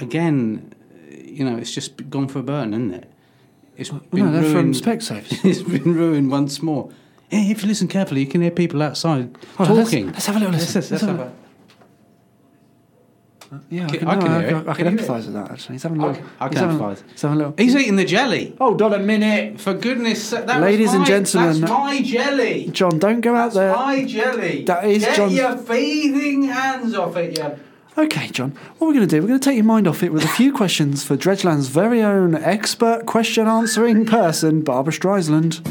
Again, you know, it's just gone for a burn, isn't it? It's
No,
been
they're from
ruined.
Specsavers.
[LAUGHS] it's been ruined once more. Eh, If you listen carefully, you can hear people outside
Hold on, let's-
talking.
let's have a little listen.
Let's, let's
Let's
have
have
a-
Yeah,
I can
no,
hear it.
I,
Can you
can
hear
empathise with that, actually. Let's have a
I
look.
can- I
Let's
can
have a-
empathise.
Let's have a look.
He's eating the jelly.
Hold on a minute.
For goodness sake, that
Oh, Ladies
was
and
my-
gentlemen,
that's my jelly.
John, don't go out there.
My jelly.
That is
Get
John's-
your feeding hands off it, you.
Okay, John. What we're going to do, we're going to take your mind off it with a few questions for Dredgeland's very own expert question answering person, Barbara Streisand.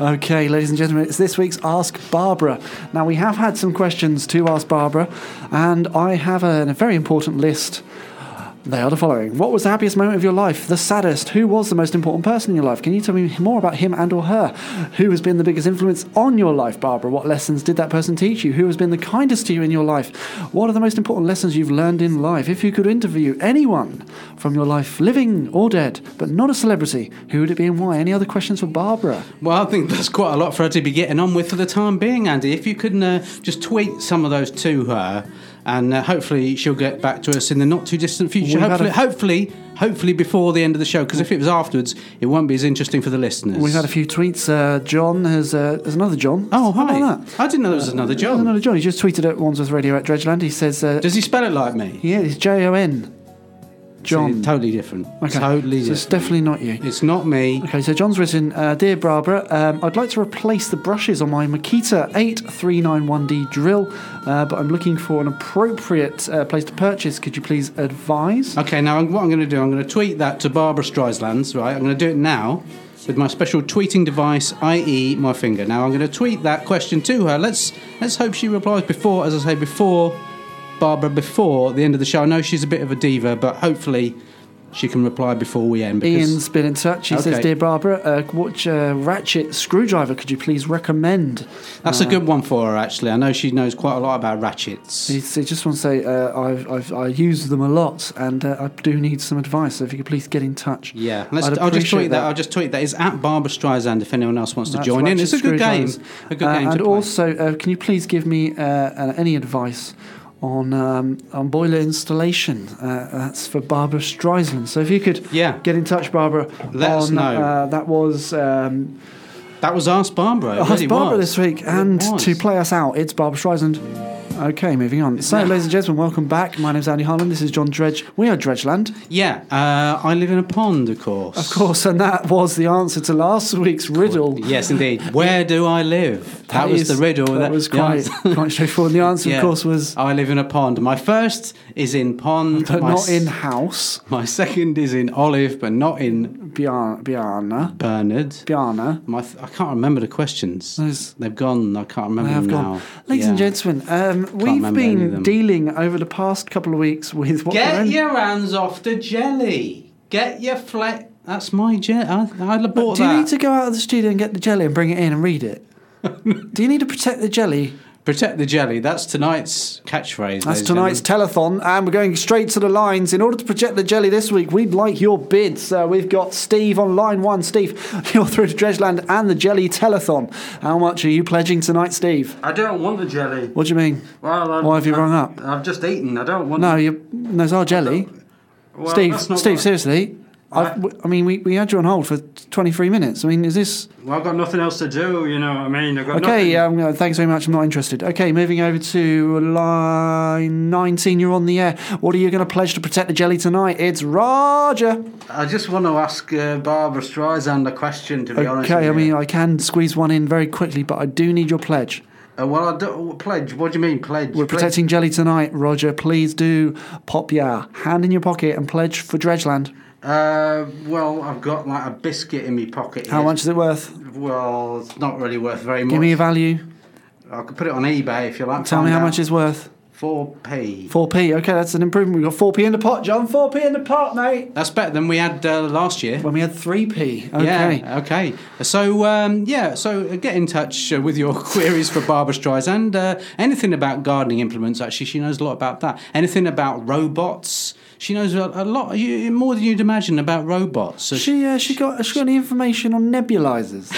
Okay, ladies and gentlemen, it's this week's Ask Barbara. Now, we have had some questions to ask Barbara, and I have a, a very important list. They are the following. What was the happiest moment of your life? The saddest? Who was the most important person in your life? Can you tell me more about him and or her? Who has been the biggest influence on your life, Barbara? What lessons did that person teach you? Who has been the kindest to you in your life? What are the most important lessons you've learned in life? If you could interview anyone from your life, living or dead, but not a celebrity, who would it be and why? Any other questions for Barbara?
Well, I think that's quite a lot for her to be getting on with for the time being, Andy. If you could uh, just tweet some of those to her, and uh, hopefully she'll get back to us in the not too distant future.
We've had
Hopefully,
a-
hopefully, hopefully before the end of the show. Because if it was afterwards, it won't be as interesting for the listeners.
We've had a few tweets. Uh, John has uh, there's another John.
Oh,
How
hi!
about that?
I didn't know there was another
There's
John.
another John. He just tweeted at Wandsworth Radio at Dredgeland. He says, uh,
Does he spell it like me?
"Yeah, it's J O N." John.
totally different. Totally
so
different.
it's definitely not you.
It's not me.
Okay, so John's written, uh, Dear Barbara, um, I'd like to replace the brushes on my Makita 8391D drill, uh, but I'm looking for an appropriate uh, place to purchase. Could you please advise?
Okay, now what I'm going to do, I'm going to tweet that to Barbara Streisand's, right? I'm going to do it now with my special tweeting device, i.e., my finger. Now I'm going to tweet that question to her. Let's let's hope she replies before, as I say, before Barbara, before the end of the show. I know she's a bit of a diva, but hopefully she can reply before we end. Because
Ian's been in touch. He says,
Okay.
Dear Barbara, uh, which uh, ratchet screwdriver could you please recommend?
that's a good one for her, actually. I know she knows quite a lot about ratchets.
He, he just wants to say, uh, I've, I've, I use them a lot and uh, I do need some advice, so if you could please get in touch.
Yeah, let's,
I'd
I'll just
appreciate
tweet that. I'll just tweet that. It's at Barbara Streisand if anyone else wants to join in. It's a good game. A good
Uh,
game
and
to play.
also, uh, can you please give me uh, uh, any advice on um, on boiler installation? Uh, that's for Barbara Streisand. So if you could
Yeah.
get in touch, Barbara.
Let us
on,
know.
Uh, that was um,
That was Ask Barbara. It
Ask
really
Barbara
was.
this week,
It
and
was.
to play us out, it's Barbara Streisand. Okay, moving on. So, ladies and gentlemen, welcome back. My name's Andy Harlan. This is John Dredge. We are Dredgeland,
Yeah, uh, I live in a pond, of course.
of course, and that was the answer to last week's riddle.
Yes, indeed. Where do I live? That, was
is-
the riddle.
[LAUGHS] That, was
the
quite,
answer-
quite straightforward. The answer,
[LAUGHS] Yeah.
of course, was
I live in a pond. My first is in pond,
but
my
not
s-
in house.
[LAUGHS] My second is in olive, but not in
Biana, Biana,
Bernard.
Biana.
My th- I can't remember the questions.
Those-
They've gone. I can't remember
They have
them
gone.
now.
Ladies and
Yeah.
gentlemen, um, we've
remember any of
been
them.
dealing over the past couple of weeks with what
Get
can only-
your hands off the jelly. Get your flat. That's my jelly. I, I bought
Do you
that.
need to go out of the studio and get the jelly and bring it in and read
[LAUGHS]
it? Do you need to protect the jelly?
Protect the jelly. That's tonight's catchphrase.
That's
ladies and
tonight's
gentlemen.
telethon, and we're going straight to the lines. In order to project the jelly this week, we'd like your bids. Uh, we've got Steve on line one. Steve, [LAUGHS] you're through to Dredgeland and the jelly telethon. How much are you pledging tonight, Steve?
I don't want the jelly.
What do you mean?
Well, I'm,
Why have you rung up?
I've just eaten. I don't want.
No, you, there's our jelly.
well,
Steve,
that's not
Steve,
what-
seriously. I, I mean, we, we had you on hold for 23 minutes. I mean, is this.
Well, I've got nothing else to do. You know what I mean? I've got
Okay,
nothing-
um, uh, thanks very much. I'm not interested. Okay, moving over to line 19. You're on the air. What are you going to pledge to protect the jelly tonight? It's Roger.
I just want to ask uh, Barbara Streisand a question, to be honest.
Okay, I mean, I can squeeze one in very quickly, but I do need your pledge.
Uh, well, I do, pledge. What do you mean, pledge?
We're
Pledge-
protecting jelly tonight, Roger. Please do pop your hand in your pocket and pledge for Dredgeland.
Uh, well, I've got like a biscuit in my pocket.
How
here.
much is it worth?
Well, it's not really worth very much.
Give me a value.
I could put it on eBay if you like.
Tell me how much it's worth.
Four p.
4p. Okay, that's an improvement. We've got 4p in the pot, John. 4p in the pot, mate.
That's better than we had uh, last year.
When we had 3p. Okay.
Yeah, okay. So, um, yeah, so uh, get in touch uh, with your [LAUGHS] queries for Barbara Streisand. Uh, anything about gardening implements, actually, she knows a lot about that. Anything about robots, she knows a, a lot, you, more than you'd imagine about robots. So
She, uh, she got she got any information on nebulizers?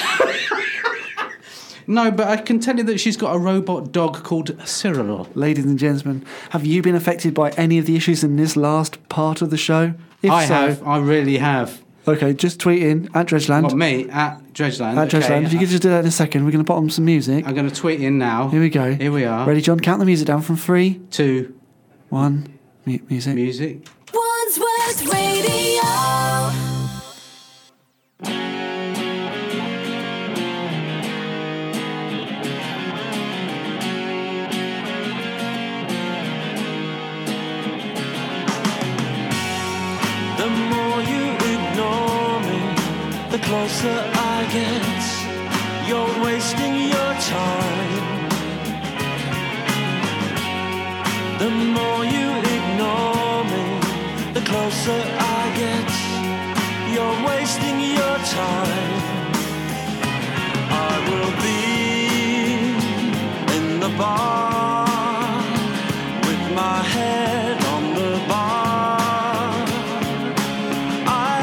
no, but I can tell you that she's got a robot dog called Cyril.
Ladies and gentlemen, have you been affected by any of the issues in this last part of the show? If
I
so,
have, I really have.
okay, just tweet in at Dredgeland.
Well, me at Dredgeland.
at Dredgeland.
okay,
if you could just do that in a second, we're going to bottom some music.
I'm going to tweet in now.
Here we go.
Here we are.
Ready, John? Count the music down from three,
to
one, mu- music.
music.
Wandsworth Radio.
The more you ignore me, the closer I get. You're wasting your time. The more you ignore me, the closer I get. You're wasting your time. I will be in the bar with my head on the bar. I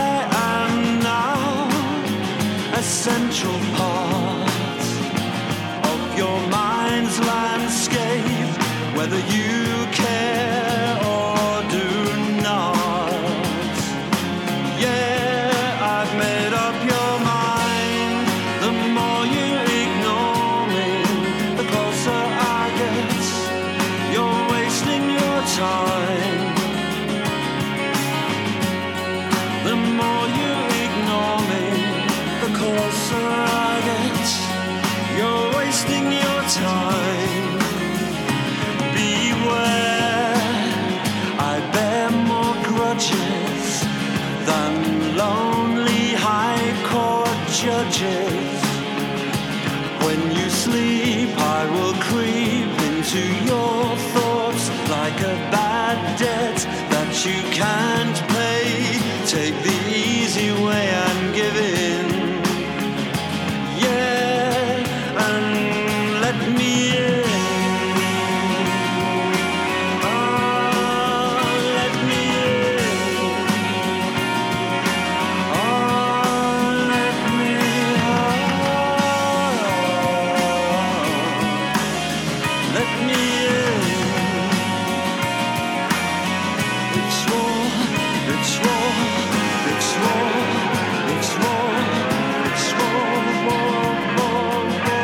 am now a central part of your mind's landscape, whether you care or do not. Yeah, I've made up your mind. The more you ignore me, the closer I get. You're wasting your time. The more you ignore me, the closer I get. You're wasting your time. Beware, I bear more grudges than lonely high court judges. When you sleep, I will creep into your thoughts like a bad debt that you can't pay. Take the easy way and give in. Yeah, and let me in. Ah, let me in. Ah, let me out. Let me in. It's war, it's war, it's war, it's war, it's war, war, war, war, war.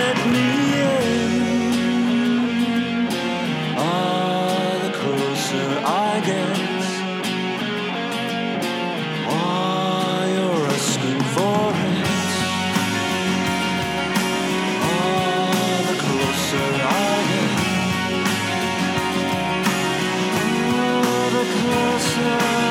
let me in. Ah, the closer I get, ah, you're asking for it. Ah, the closer I get, ah, the closer I get.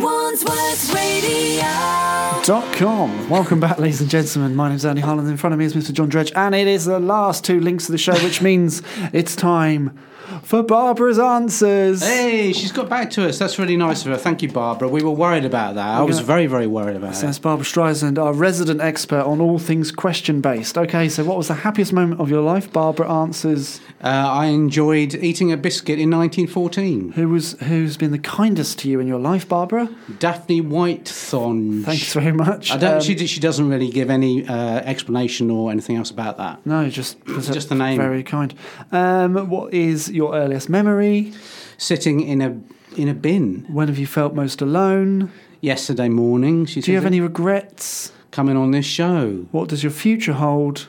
Wandsworth Radio. Radio.
Com. Welcome back, ladies and gentlemen. My name's Ernie Harland. In front of me is Mr. John Dredge, and it is the last two links to the show, which means it's time for Barbara's answers.
Hey, she's got back to us. That's really nice of her. Thank you, Barbara. We were worried about that. I was
gonna-
very, very worried about
So
it.
that's Barbara Streisand, our resident expert on all things question based. Okay, so what was the happiest moment of your life? Barbara answers.
Uh, I enjoyed eating a biscuit in 1914.
Who was who's been the kindest to you in your life, Barbara?
Daphne Whitethorn.
Thanks very much.
I don't.
Um,
she, she doesn't really give any uh, explanation or anything else about that.
no, just
Just the name.
Very kind. Um, what is your earliest memory?
Sitting in a in a bin
When have you felt most alone?
yesterday morning. She
Do you
says,
have any regrets?
coming on this show?
What does your future hold?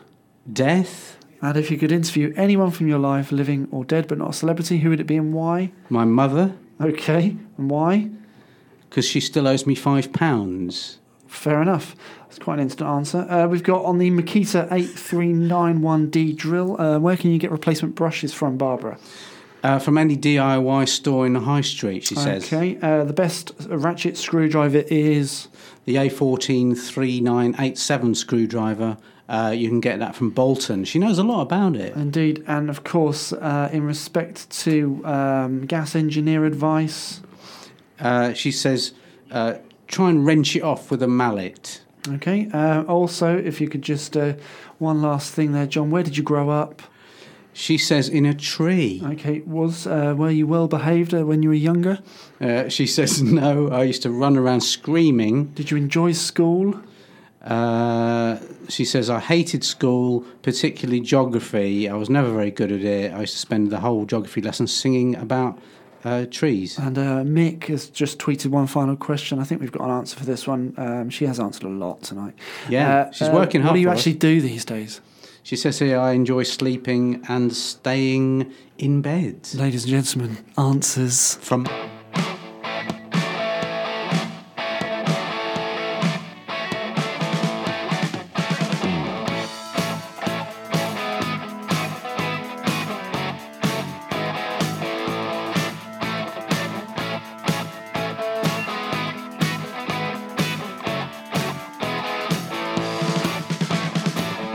Death.
And if you could interview anyone from your life, living or dead, but not a celebrity, who would it be and why?
My mother,
Okay, and why?
because she still owes me five pounds.
Fair enough. That's quite an instant answer. Uh, we've got on the Makita 8391D drill. Uh, where can you get replacement brushes from, Barbara?
Uh, from any DIY store in the high street, she says.
Okay, uh, the best ratchet screwdriver is.
The A14 3987 screwdriver. Uh, you can get that from Bolton. She knows a lot about it.
Indeed, and of course, uh, in respect to um, gas engineer advice.
Uh, she says, uh, try and wrench it off with a mallet.
Okay, uh, also, if you could just. Uh, one last thing there, John. Where did you grow up?
She says, in a tree.
Okay, was uh, were you well behaved uh, when you were younger?
Uh, she says, [LAUGHS] no, I used to run around screaming.
Did you enjoy school?
Uh, she says, I hated school, particularly geography. I was never very good at it. I used to spend the whole geography lesson singing about uh, trees.
And uh, Mick has just tweeted one final question. I think we've got an answer for this one. Um, she has answered a lot tonight.
Uh,
Yeah, she's working
What
hard
do you
for us.
actually do these days,
She says here, I enjoy sleeping and staying in bed.
ladies and gentlemen? Answers.
From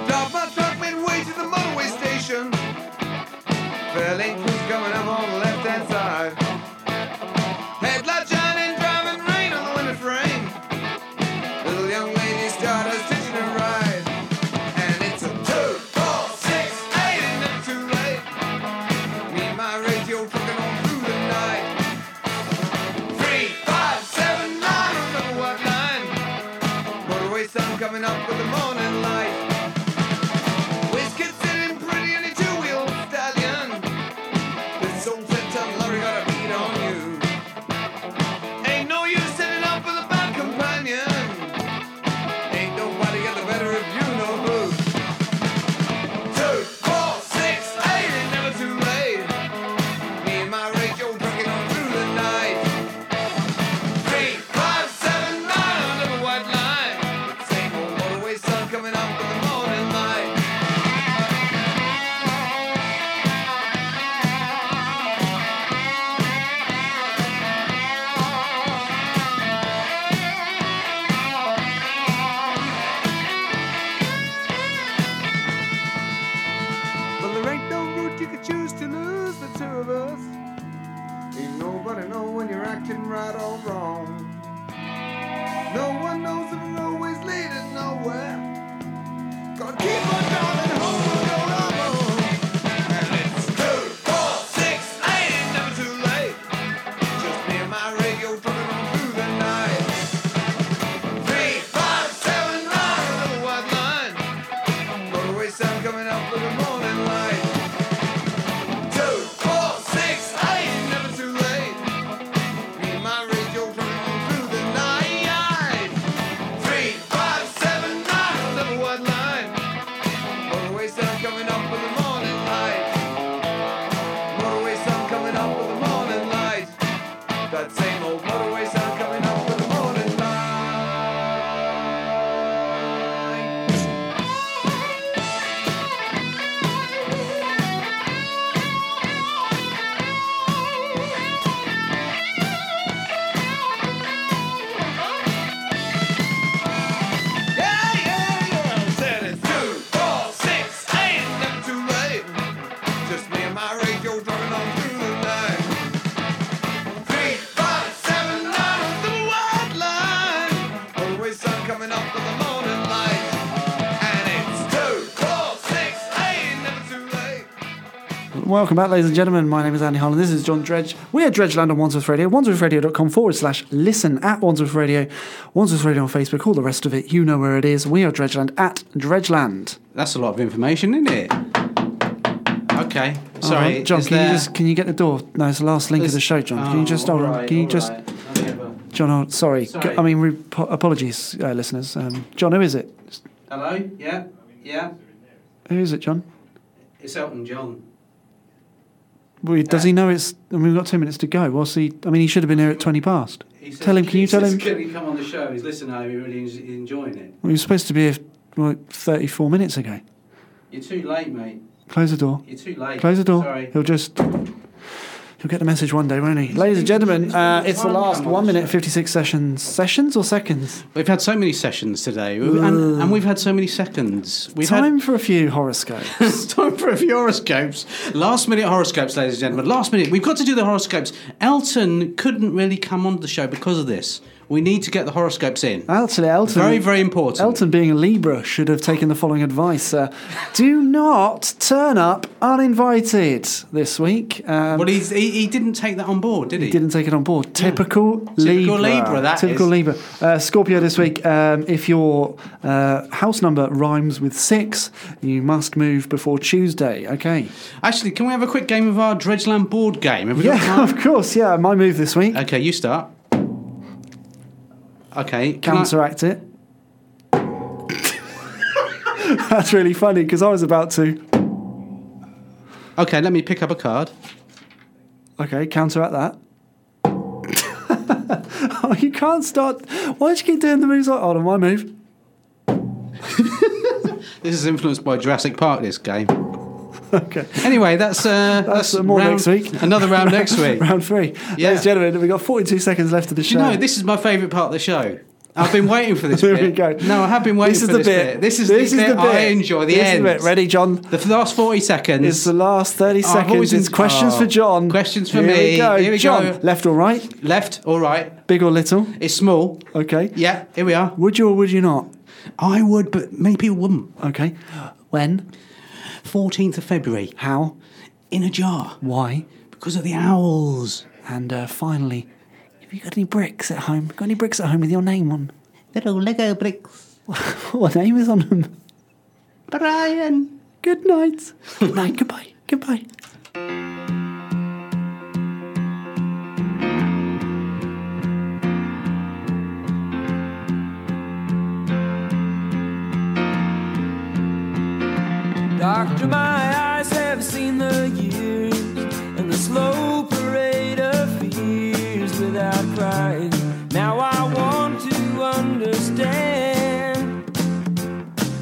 Dropped my truck midway to the motorway station. Fairlane crews coming up on the left hand side. Headlight shining, driving rain on the window frame. Little young lady started stitching her ride. And it's a two, four, six, eight, and it's too late. Me and my radio trucking on through the night. Three, five, seven, nine, I don't know what line. Motorway sun coming up with the morning light. Whiskers sitting pretty in a two-wheel stallion. This old set-top lorry got a beat on you. Ain't no use setting up with a bad companion. Ain't nobody got the better of you, no who. Two, four, six, eight, it's never too late. Me and my Rachel trucking on through the night. Three, five, seven, nine, under the white line. Same old motorway sun coming up with the morning light. Well, there ain't no route you could choose to lose the two of us. Ain't nobody know when you're acting right or wrong. No one knows if it always leading nowhere. Gonna keep on driving home and go on. And it's two, four, six, eight, ain't never too late. Just me and my radio trucking on through the night. Three, five, seven, nine, a little white line. Motorway sound coming up with the morning light. Two, four, six, eight, never too late. Me and my radio running on through the night. Three, five, seven, nine, never one line. Motorway sound coming up with the morning light. Motorway sound coming up with the morning light. That same old motorway sound coming up with the morning light.
Thank you.
Welcome back, ladies and gentlemen. My name is Andy Holland. This is John Dredge. We are Dredgeland on Wandsworth Radio, wandsworthradio.com forward slash listen at Wandsworth Radio, Wandsworth Radio on Facebook, all the rest of it. You know where it is. We are Dredgeland at Dredgeland.
That's a lot of information, isn't it? Okay.
All
Sorry.
right, John,
is
can
there-
you just can you get the door? No, it's the last link of
Is-
the show, John. Can you
Oh,
just hold on?
alright,
can you
alright.
just
I'll get a-
John? Hold, sorry.
Sorry.
I mean, re- po- apologies, uh, listeners. Um, John, who is it?
Hello. Yeah. Yeah.
Who is it, John?
It's Elton John.
Well, does he know it's? I mean, we've got two minutes to go. What's he? I mean, he should have been here at twenty past.
He said-
Tell him. Can
he
you tell
says,
him?
Can he come on the show? He's listening. I'm really en- enjoying it.
We were supposed to be here like thirty-four minutes ago.
You're too late, mate.
Close the door.
You're too late.
Close the door.
Sorry.
He'll just. He'll get the message one day, won't he? Ladies and gentlemen, uh, it's the last one minute fifty-six sessions. Sessions or seconds?
We've had so many sessions today, and, and we've had so many seconds. We've had
Time for a
[LAUGHS]
few horoscopes.
it's time for a few horoscopes. Last minute horoscopes, ladies and gentlemen. Last minute. We've got to do the horoscopes. Elton couldn't really come on the show because of this. We need to get the horoscopes in.
Actually, Elton.
Very, very important.
Elton, being a Libra, should have taken the following advice: uh, Do not turn up uninvited this week. Um,
Well, he's, he, he didn't take that on board, did he?
He didn't take it on board. Typical Libra.
Typical Libra, that
Typical
is.
Libra. Uh, Scorpio this week. Um, if your uh, house number rhymes with six, you must move before Tuesday. Okay.
Actually, can we have a quick game of our Dredgeland board game? Have we got
Yeah,
time?
[LAUGHS] of course. Yeah, my move this week.
Okay, you start. Okay. can I-
Counteract it. [LAUGHS] That's really funny because I was about to.
okay, let me pick up a card.
Okay, counteract that. [LAUGHS] oh, you can't start. Why do you keep doing the moves like? Hold on, my move.
This is influenced by Jurassic Park. This game.
[LAUGHS] Okay.
Anyway, that's uh, that's,
uh, more
round-
next week.
Another round
[LAUGHS]
next week.
Round three.
Yeah.
Ladies and gentlemen, we've got 42 seconds left of the
Do
show.
you know this is my favourite part of the show? I've been waiting for
[LAUGHS]
this.
Here
bit.
we go.
No, I have been waiting
This is
for
the
this
bit.
This is
This
the
is
bit
the
I
bit.
enjoy. The
This is
end.
the bit. Ready, John?
The last forty seconds.
It's the last 30
I've always
seconds. It's
been-
questions
oh.
for John.
Questions for
Here
me.
We go.
Here we
John,
go.
left or right?
Left or right?
Big or little?
It's small.
Okay.
Yeah, here we are.
Would you or would you not?
I would, but many people wouldn't.
Okay. When?
Fourteenth of February
How?
in a jar
Why?
because of the owls.
And uh, finally, have you got any bricks at home? Got any bricks at home with your name on?
Little Lego bricks.
[LAUGHS] What name is on them?
Brian.
Good night. Good night. Goodbye. Goodbye.
Doctor, my eyes have seen the years and the slow parade of fears without crying. Now I want to understand.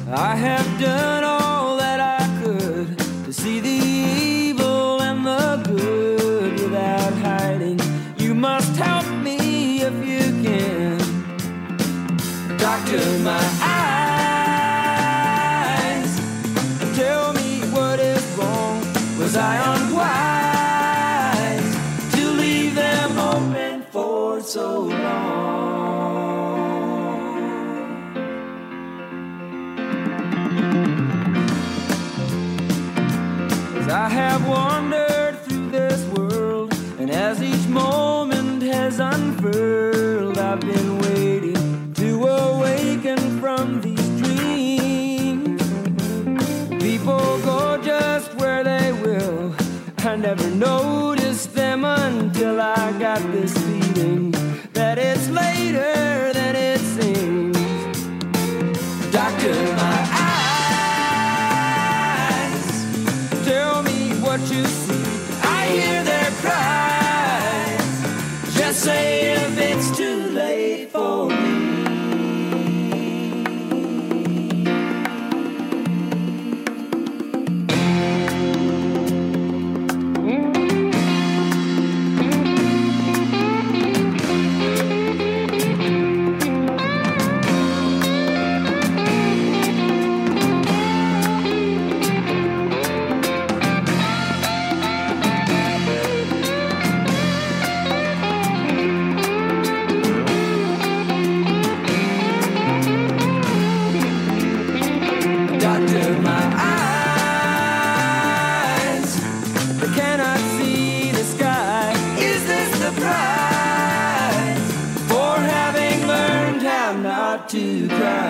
I have done all that I could to see the evil and the good without hiding. You must help me if you can. Doctor, my eyes. Tell me what is wrong. Was I unwise to leave them open for so long? As I have wandered through this world, and as each moment has unfurled, I've been waiting to awaken from these dreams. People go just where they will. I never noticed them until I got this feeling that it's later than it seems. Doctor, my eyes, tell me what you see. I hear their cries. Just say if it's too late for start to cry.